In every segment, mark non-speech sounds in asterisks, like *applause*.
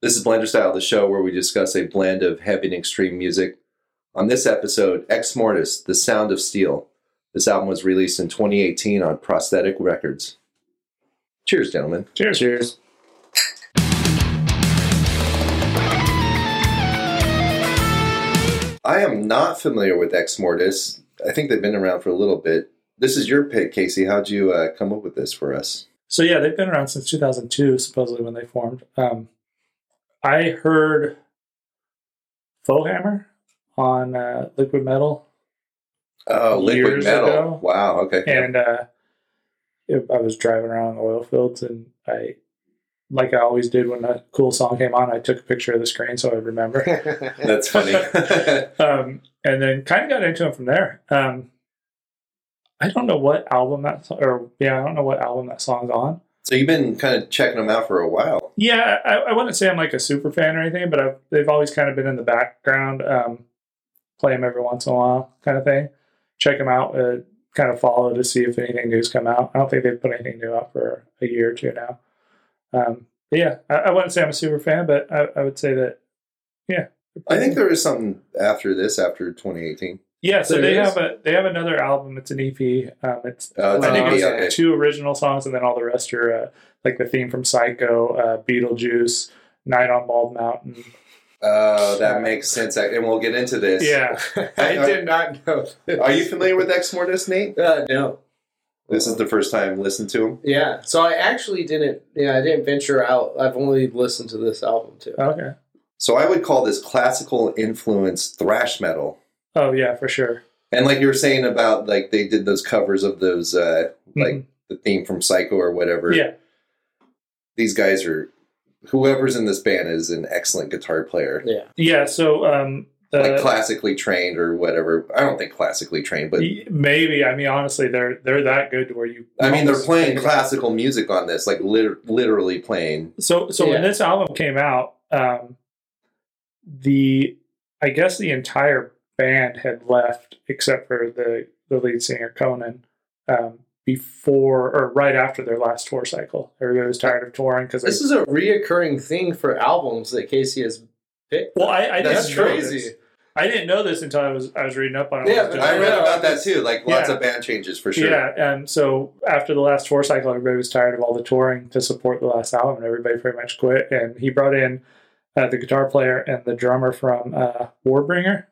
This is Blender Style, the show where we discuss a blend of heavy and extreme music. On this episode, Ex Mortis, The Sound of Steel. This album was released in 2018 on Prosthetic Records. Cheers, gentlemen. Cheers. Cheers. I am not familiar with Ex Mortis. I think they've been around for a little bit. This is your pick, Casey. How'd you uh, come up with this for us? So yeah, they've been around since 2002, supposedly when they formed. Um, I heard Fohammer on uh, Liquid Metal, Oh, Liquid Years Metal. ago. Wow, okay. and uh, if I was driving around oil fields, and I, like I always did when a cool song came on, I took a picture of the screen so I would remember. *laughs* That's funny. *laughs* um, and then kind of got into it from there. Um, I don't know what album that so- or yeah, I don't know what album that song's on. so you've been kind of checking them out for a while. Yeah, I, I wouldn't say I'm like a super fan or anything, but I've, they've always kind of been in the background. Um, play them every once in a while, kind of thing. Check them out. Uh, kind of follow to see if anything new's come out. I don't think they've put anything new out for a year or two now. Um, but yeah, I, I wouldn't say I'm a super fan, but I, I would say that yeah. I think there is something after this, after 2018. Yeah, so There they it is. have a they have another album. It's an EP. Um, it's Uh, it's I an think EP, it's okay. two original songs, and then all the rest are uh, like the theme from Psycho, uh, Beetlejuice, Night on Bald Mountain. Oh, that makes sense. I- And we'll get into this. Yeah, I did not know. This. Are you familiar with Ex Mortis, Nate? *laughs* Uh, no. This is the first time listening to him. Yeah. So I actually didn't. Yeah, I didn't venture out. I've only listened to this album too. Oh. okay. So I would call this classical influence thrash metal. Oh yeah, for sure. And like you were saying about like they did those covers of those uh like Mhm. the theme from Psycho or whatever. yeah, These guys are whoever's in this band is an excellent guitar player. Yeah. yeah. So um, the, like classically trained or whatever. I don't think classically trained, but y- maybe I mean honestly, they're they're that good to where you. I mean they're almost playing think about- classical music on this, like lit- literally playing. So so when Yeah. this album came out, um, the I guess the entire band had left except for the the lead singer Conan um, before or right after their last tour cycle. Everybody was tired of touring because This is a reoccurring thing for albums that Casey has picked. well, I, I That's didn't know crazy. this. I didn't know this until I was I was reading up on it. Yeah, when but was I doing read it. Yeah. about that too. Like lots Yeah. of band changes for sure. Yeah, and so after the last tour cycle, everybody was tired of all the touring to support the last album, and everybody pretty much quit. And he brought in uh, the guitar player and the drummer from uh, Warbringer,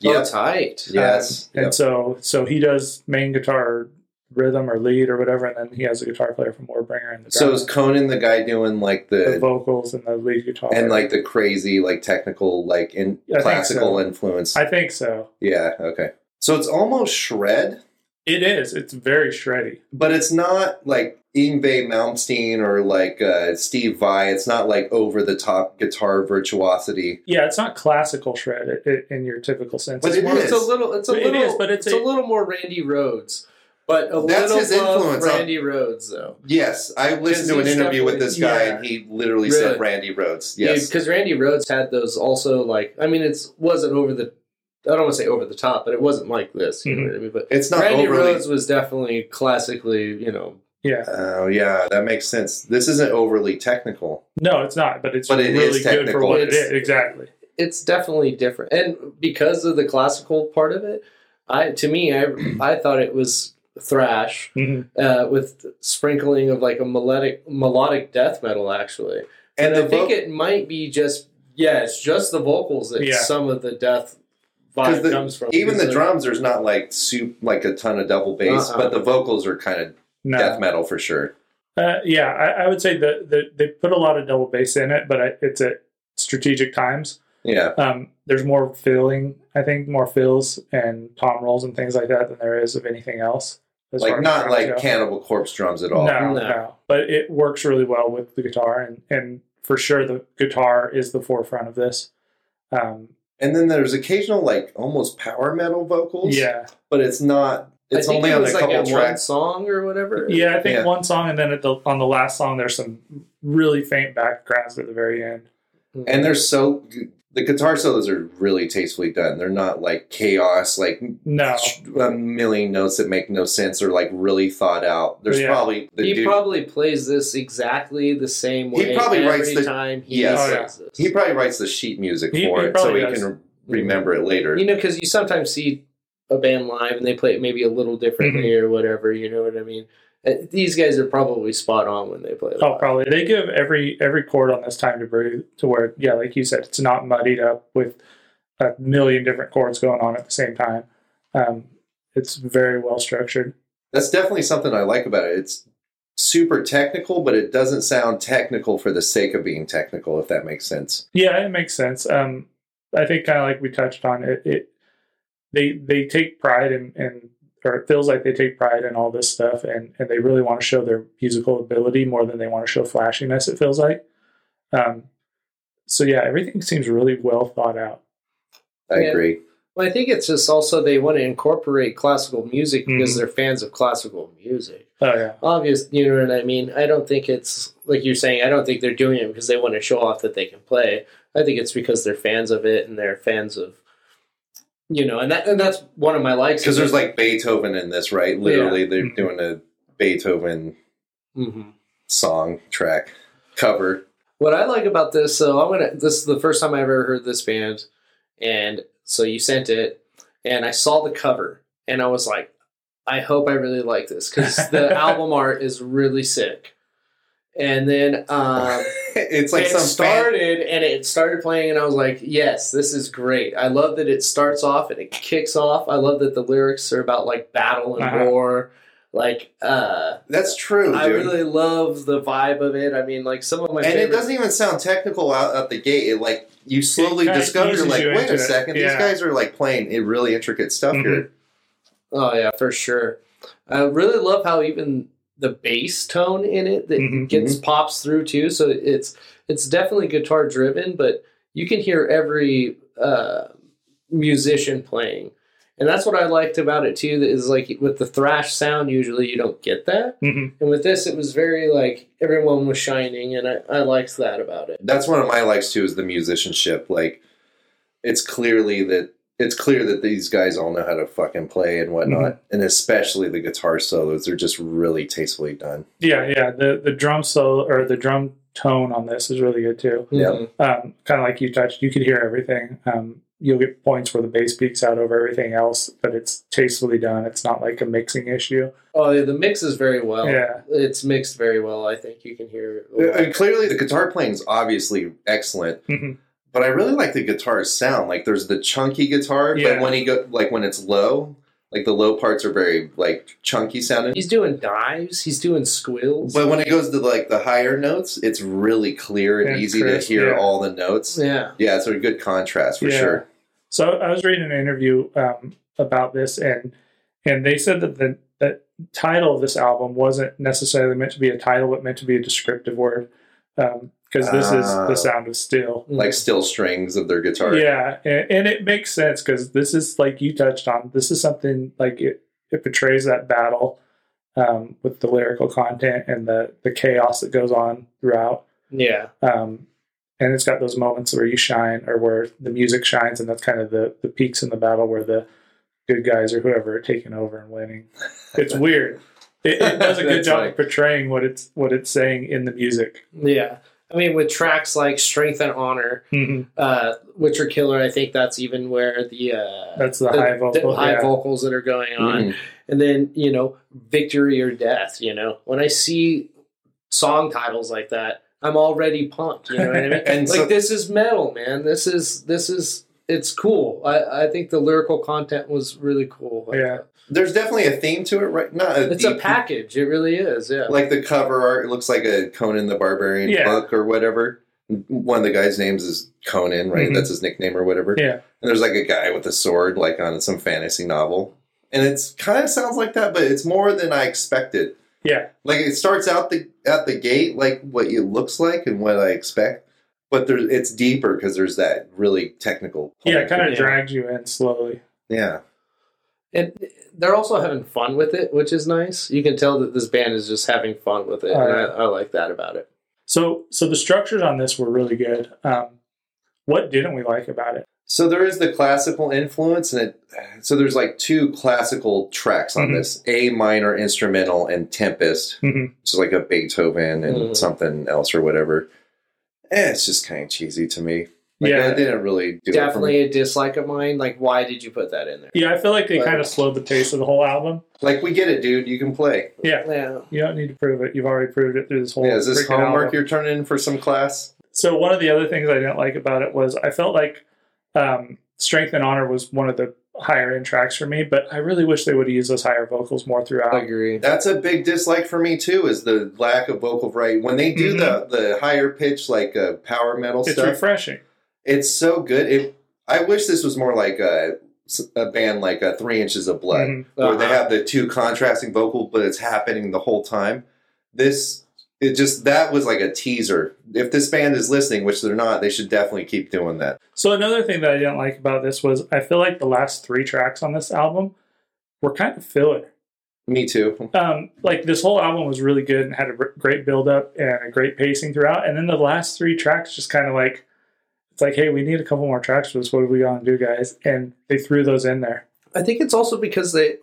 Yeah. Oh, tight. Yes. and Yep. so so he does main guitar rhythm or lead or whatever, and then he has a guitar player from Warbringer and the, So drummer, is Conan the guy doing like the the vocals and the lead guitar. and like the crazy like technical like in I think classical so. influence? I think so. yeah. Okay. So it's almost shred, It is. It's very shreddy. but it's not like Ingve Malmsteen or like uh, Steve Vai. It's not like over the top guitar virtuosity. Yeah, it's not classical shred i- i- in your typical sense. But It's it more- is. It's a little. It's a It little. is, but it's it's a, a- little more Randy Rhodes. But a That's little his above influence on- Randy Rhodes though. Yes, I listened to an he's interview with definitely- this guy, yeah. and he literally Really? said Randy Rhodes. Yes, because Randy Rhodes had those also. Like, I mean, it's wasn't over the. I don't want to say over the top, but it wasn't like this. You know Mhm. what I mean? But it's not Randy overly. Rhodes was definitely classically, you know, yeah. Oh yeah, that makes sense. This isn't overly technical. No, it's not. But it's But it is really good for technical. what it It's- is. Exactly. it's definitely different. And because of the classical part of it, I to me, *clears throat* I I thought it was thrash Mhm. uh, with sprinkling of like a melodic melodic death metal actually. And And the I think voc- it might be just yeah, it's just the vocals that Yeah. some of the death vibe 'Cause the- comes from. even Because the drums, there's not like soup, like a ton of double bass, Uh-uh. but the vocals are kind of No. death metal for sure. Uh, yeah, I, I would say that the, they put a lot of double bass in it, but I, it's at strategic times. Yeah, Um, there's more filling, I think, more fills and tom rolls and things like that than there is of anything else. as far like as not drums like go. Cannibal Corpse drums at No, all. no, No. But it works really well with the guitar, and, and for sure the guitar is the forefront of this. Um, And then there's occasional like almost power metal vocals. yeah, but it's not. I It's think only it on a was, like, couple at one tracks. song or whatever. yeah. I think Yeah. one song, and then at the, on the last song, there's some really faint backgrounds at the very end. Hmm. and they're so the guitar solos are really tastefully done. They're not like chaos, like no, a million notes that make no sense or like really thought out. There's Yeah. probably the he dude, probably plays this exactly the same He way. probably every writes the- time he Yes. Oh, yeah. plays this. he probably writes the sheet music He- for he it so probably he does. can remember it later. you know, because you sometimes see a band live and they play it maybe a little differently Mm-hmm. or whatever. You know what I mean? Uh, These guys are probably spot on when they play. Oh, live. probably. They give every every chord on this time to breathe to where, yeah, like you said, it's not muddied up with a million different chords going on at the same time. Um, it's very well structured. That's definitely something I like about it. It's super technical, but it doesn't sound technical for the sake of being technical, if that makes sense. Yeah, it makes sense. Um, I think kind of like we touched on it, it they they take pride in, in or it feels like they take pride in all this stuff and, and they really want to show their musical ability more than they want to show flashiness, it feels like. Um, so yeah, everything seems really well thought out. I Yeah. agree. Oh. Well, I think it's just also they want to incorporate classical music because Mhm. they're fans of classical music. Oh yeah. Obvious, you know what I mean? I don't think it's like you're saying, I don't think they're doing it because they want to show off that they can play. I think it's because they're fans of it and they're fans of you know, and that and that's one of my likes. Because there's like Beethoven in this, right? Literally, they're Mhm. doing a Beethoven hmm song track cover. What I like about this, so I'm gonna. This is the first time I ever heard this band, and so you sent it, and I saw the cover, and I was like, I hope I really like this because *laughs* the album art is really sick. And then um, *laughs* it's like it some fan- started, and it started playing, and I was like, yes, this is great. I love that it starts off and it kicks off. I love that the lyrics are about like battle and Uh-huh. war, like. uh That's true, dude. I really love the vibe of it. I mean, like some of my and it favorite doesn't even sound technical out at the gate. It like you slowly kinda discover, you're eases like, you wait into a it. second, these Yeah. guys are like playing it really intricate stuff Mhm. here. Oh yeah, for sure. I really love how even the bass tone in it that Mhm. gets Mm-hmm. pops through too. So it's it's definitely guitar driven, but you can hear every uh, musician playing, and that's what I liked about it too. That is like with the thrash sound, usually you don't get that, Mm-hmm. and with this, it was very like everyone was shining, and I, I liked that about it. That's one of my likes too, is the musicianship. Like, it's clearly that it's clear that these guys all know how to fucking play and whatnot, Mm-hmm. and especially the guitar solos. They're just really tastefully done. Yeah, yeah. The the drum solo or the drum tone on this is really good too. Yeah. Mhm. Um, kind of like you touched, you could hear everything. Um, you'll get points where the bass peaks out over everything else, but it's tastefully done. It's not like a mixing issue. Oh, yeah, the mix is very well. Yeah. It's mixed very well. I think you can hear. Uh, And clearly, the guitar playing is obviously excellent. Mhm. But I really like the guitar's sound. Like there's the chunky guitar, Yeah. but when he go like when it's low, like the low parts are very like chunky sounding. He's doing dives. He's doing squills. But when it goes to like the higher notes, it's really clear and, And easy crisp, to hear yeah. all the notes. yeah. Yeah, so a good contrast for Yeah. sure. So I was reading an interview um, about this, and and they said that the that title of this album wasn't necessarily meant to be a title, but meant to be a descriptive word, because this is Ah. the sound of steel. Like still strings of their guitar. Yeah, and, and it makes sense because this is like you touched on. This is something like it, it portrays that battle um, with the lyrical content and the the chaos that goes on throughout. Mm-hmm. yeah, Um, and it's got those moments where you shine or where the music shines, and that's kind of the the peaks in the battle where the good guys or whoever are taking over and winning. It's weird. It, it does a good That's job right. of portraying what it's what it's saying in the music. *laughs* yeah. I mean, with tracks like "Strength and Honor," Mhm. uh, which are killer. I think that's even where the uh, That's the, high vocal. the high yeah. vocals that are going on, Mhm. and then you know, "Victory or Death." You know, when I see song titles like that, I'm already pumped. You know what I *laughs* mean? And like so this is metal, man. This is this is it's cool. I, I think the lyrical content was really cool. Yeah. there's definitely a theme to it, right? Not a It's a deep- package. It really is. Yeah. Like the cover art, it looks like a Conan the Barbarian Yeah. book or whatever. One of the guy's names is Conan, right? Mhm. That's his nickname or whatever. Yeah. And there's like a guy with a sword, like on some fantasy novel. And it's kind of sounds like that, but it's more than I expected. Yeah. Like it starts out the at the gate, like what it looks like and what I expect, but there it's deeper because there's that really technical. Yeah, it kind of Yeah. drags you in slowly. Yeah. and they're also having fun with it, which is nice. You can tell that this band is just having fun with it, Oh, and yeah. I, I like that about it. So, so the structures on this were really good. Um, What didn't we like about it? So there is the classical influence, and it, so there's like two classical tracks on Mhm. this: A minor instrumental and Tempest, Mhm. which is like a Beethoven and Mhm. something something else or whatever. Eh, it's just kind of cheesy to me. Like, yeah, it didn't really do it for me. Definitely a dislike of mine. Like, why did you put that in there? yeah. I feel like they But- kind of slowed the pace of the whole album. Like we get it, dude. You can play. Yeah. You don't need to prove it. You've already proved it through this whole. Yeah, is this freaking album. homework you're turning in for some class? So one of the other things I didn't like about it was I felt like um, Strength and Honor was one of the higher end tracks for me, but I really wish they would have used those higher vocals more throughout. I agree. That's a big dislike for me too. Is the lack of vocal variety when they do Mm-hmm. the the higher pitch like uh, power metal it's stuff? refreshing. It's so good. It, I wish this was more like a, a band like uh Three Inches of Blood, Mhm. where they Uh-huh. have the two contrasting vocal, but it's happening the whole time. This, it just that was like a teaser. If this band is listening, which they're not, they should definitely keep doing that. So another thing that I didn't like about this was I feel like the last three tracks on this album were kind of filler. Me too. Um, like this whole album was really good and had a r- great build up and a great pacing throughout, and then the last three tracks just kind of like it's like, hey, we need a couple more tracks for this. What do we gonna do, guys? And they threw those in there. I think it's also because they.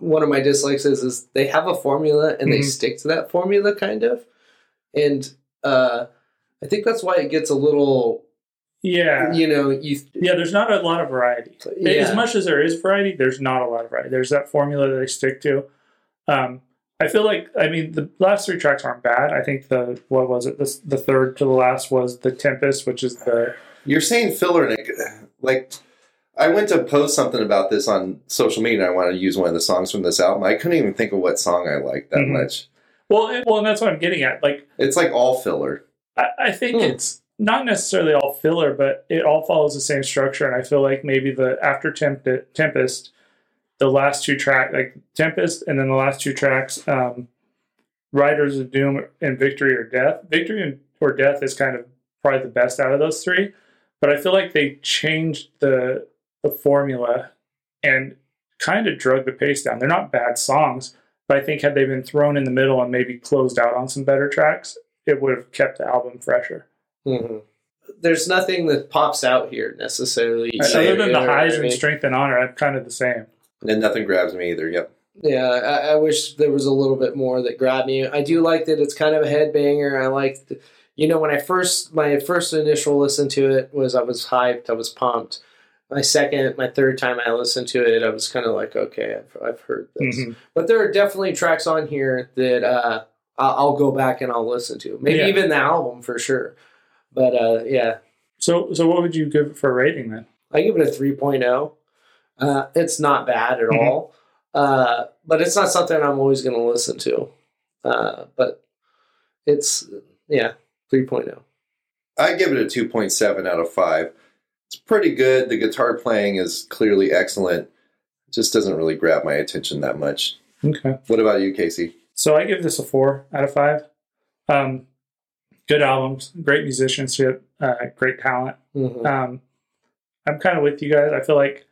One of my dislikes is is they have a formula and they Mm-hmm. Mhm. stick to that formula kind of, and uh, I think that's why it gets a little. Yeah, You know, you. Yeah, there's not a lot of variety. As Yeah. much as there is variety, there's not a lot of variety. There's that formula that they stick to. Um, I feel like, I mean, the last three tracks aren't bad. I think the, what was it? The, the third to the last was The Tempest, which is the, You're saying filler, and it- like I went to post something about this on social media. and I wanted to use one of the songs from this album. I couldn't even think of what song I liked that Mhm. much. well, it, well, and that's what I'm getting at. Like, It's like all filler. I, I think Hmm. it's not necessarily all filler, but it all follows the same structure. And I feel like maybe the after Temp- Tempest, the last two track like Tempest, and then the last two tracks, um, Riders of Doom and Victory or Death. Victory and, or Death is kind of probably the best out of those three, but I feel like they changed the the formula and kind of drug the pace down. They're not bad songs, but I think had they been thrown in the middle and maybe closed out on some better tracks, it would have kept the album fresher. Mhm. There's nothing that pops out here necessarily. Other than the Yeah, highs I and mean- strength and honor, I'm kind of the same. And nothing grabs me either. Yep. Yeah, I, I wish there was a little bit more that grabbed me. I do like that it's kind of a headbanger. I like, th- you know, when I first my first initial listen to it was I was hyped, I was pumped. My second, my third time I listened to it, I was kind of like, okay, I've, I've heard this. Mhm. But there are definitely tracks on here that uh, I- I'll go back and I'll listen to. Maybe Yeah. even the album for sure. But uh, yeah, So, so what would you give it for a rating then? I give it a 3.0. Uh, it's not bad at Mhm. all, uh, but it's not something I'm always going to listen to. Uh, but it's, yeah, oh. 3.0. I give it a 2.7 out of 5. It's pretty good. The guitar playing is clearly excellent. Just doesn't really grab my attention that much. Okay. What about you, Casey? So I give this a four out of five. Um, good albums, great musicianship, uh, great talent. Mhm. Um, I'm kind of with you guys. I feel like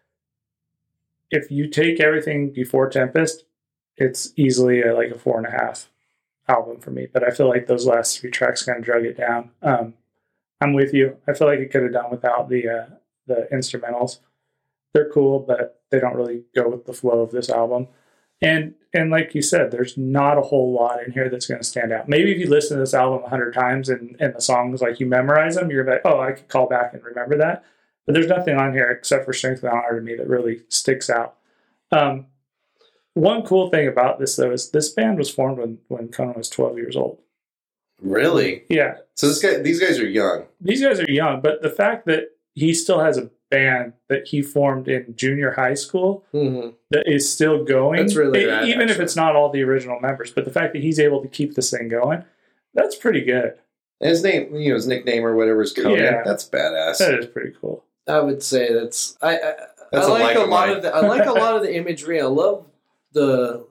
if you take everything before Tempest, it's easily a, like a four and a half album for me. But I feel like those last three tracks kind of drug it down. Um, I'm with you. I feel like it could have done without the uh, the instrumentals. They're cool, but they don't really go with the flow of this album. And and like you said, there's not a whole lot in here that's going to stand out. Maybe if you listen to this album a hundred times and and the songs like you memorize them, you're like, oh, I could call back and remember that. But there's nothing on here except for Strength and Honor to me that really sticks out. Um, one cool thing about this though is this band was formed when when Conan was 12 years old. Really? Yeah, So this guy, these guys are young. these guys are young, but the fact that he still has a band that he formed in junior high school Mhm. that is still going. That's really e- rad, even if actually. it's not all the original members, but the fact that he's able to keep this thing going, that's pretty good. And his name, you know, his nickname or whatever is Conan. Yeah. That's badass. That is pretty cool. I would say that's, I, I, That's I like a of lot mine. of the, I like a lot *laughs* of the imagery. I love the,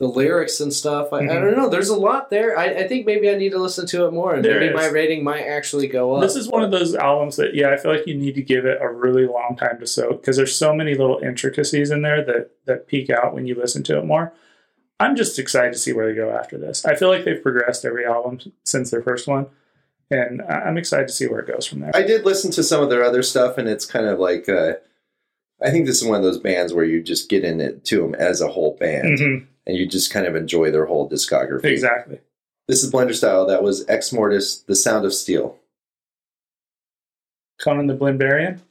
the lyrics and stuff. I, I Mhm. don't know. There's a lot there. I, I think maybe I need to listen to it more and There is. maybe my rating might actually go up. This is one of those albums that, yeah, I feel like you need to give it a really long time to soak because there's so many little intricacies in there that that peek out when you listen to it more. I'm just excited to see where they go after this. I feel like they've progressed every album since their first one, and I- I'm excited to see where it goes from there. I did listen to some of their other stuff, and it's kind of like uh, I think this is one of those bands where you just get in it to them as a whole band, Mhm, and you just kind of enjoy their whole discography. Exactly. This is Blender Style. That was Ex Mortis, The Sound of Steel. Conan the Blinbarian.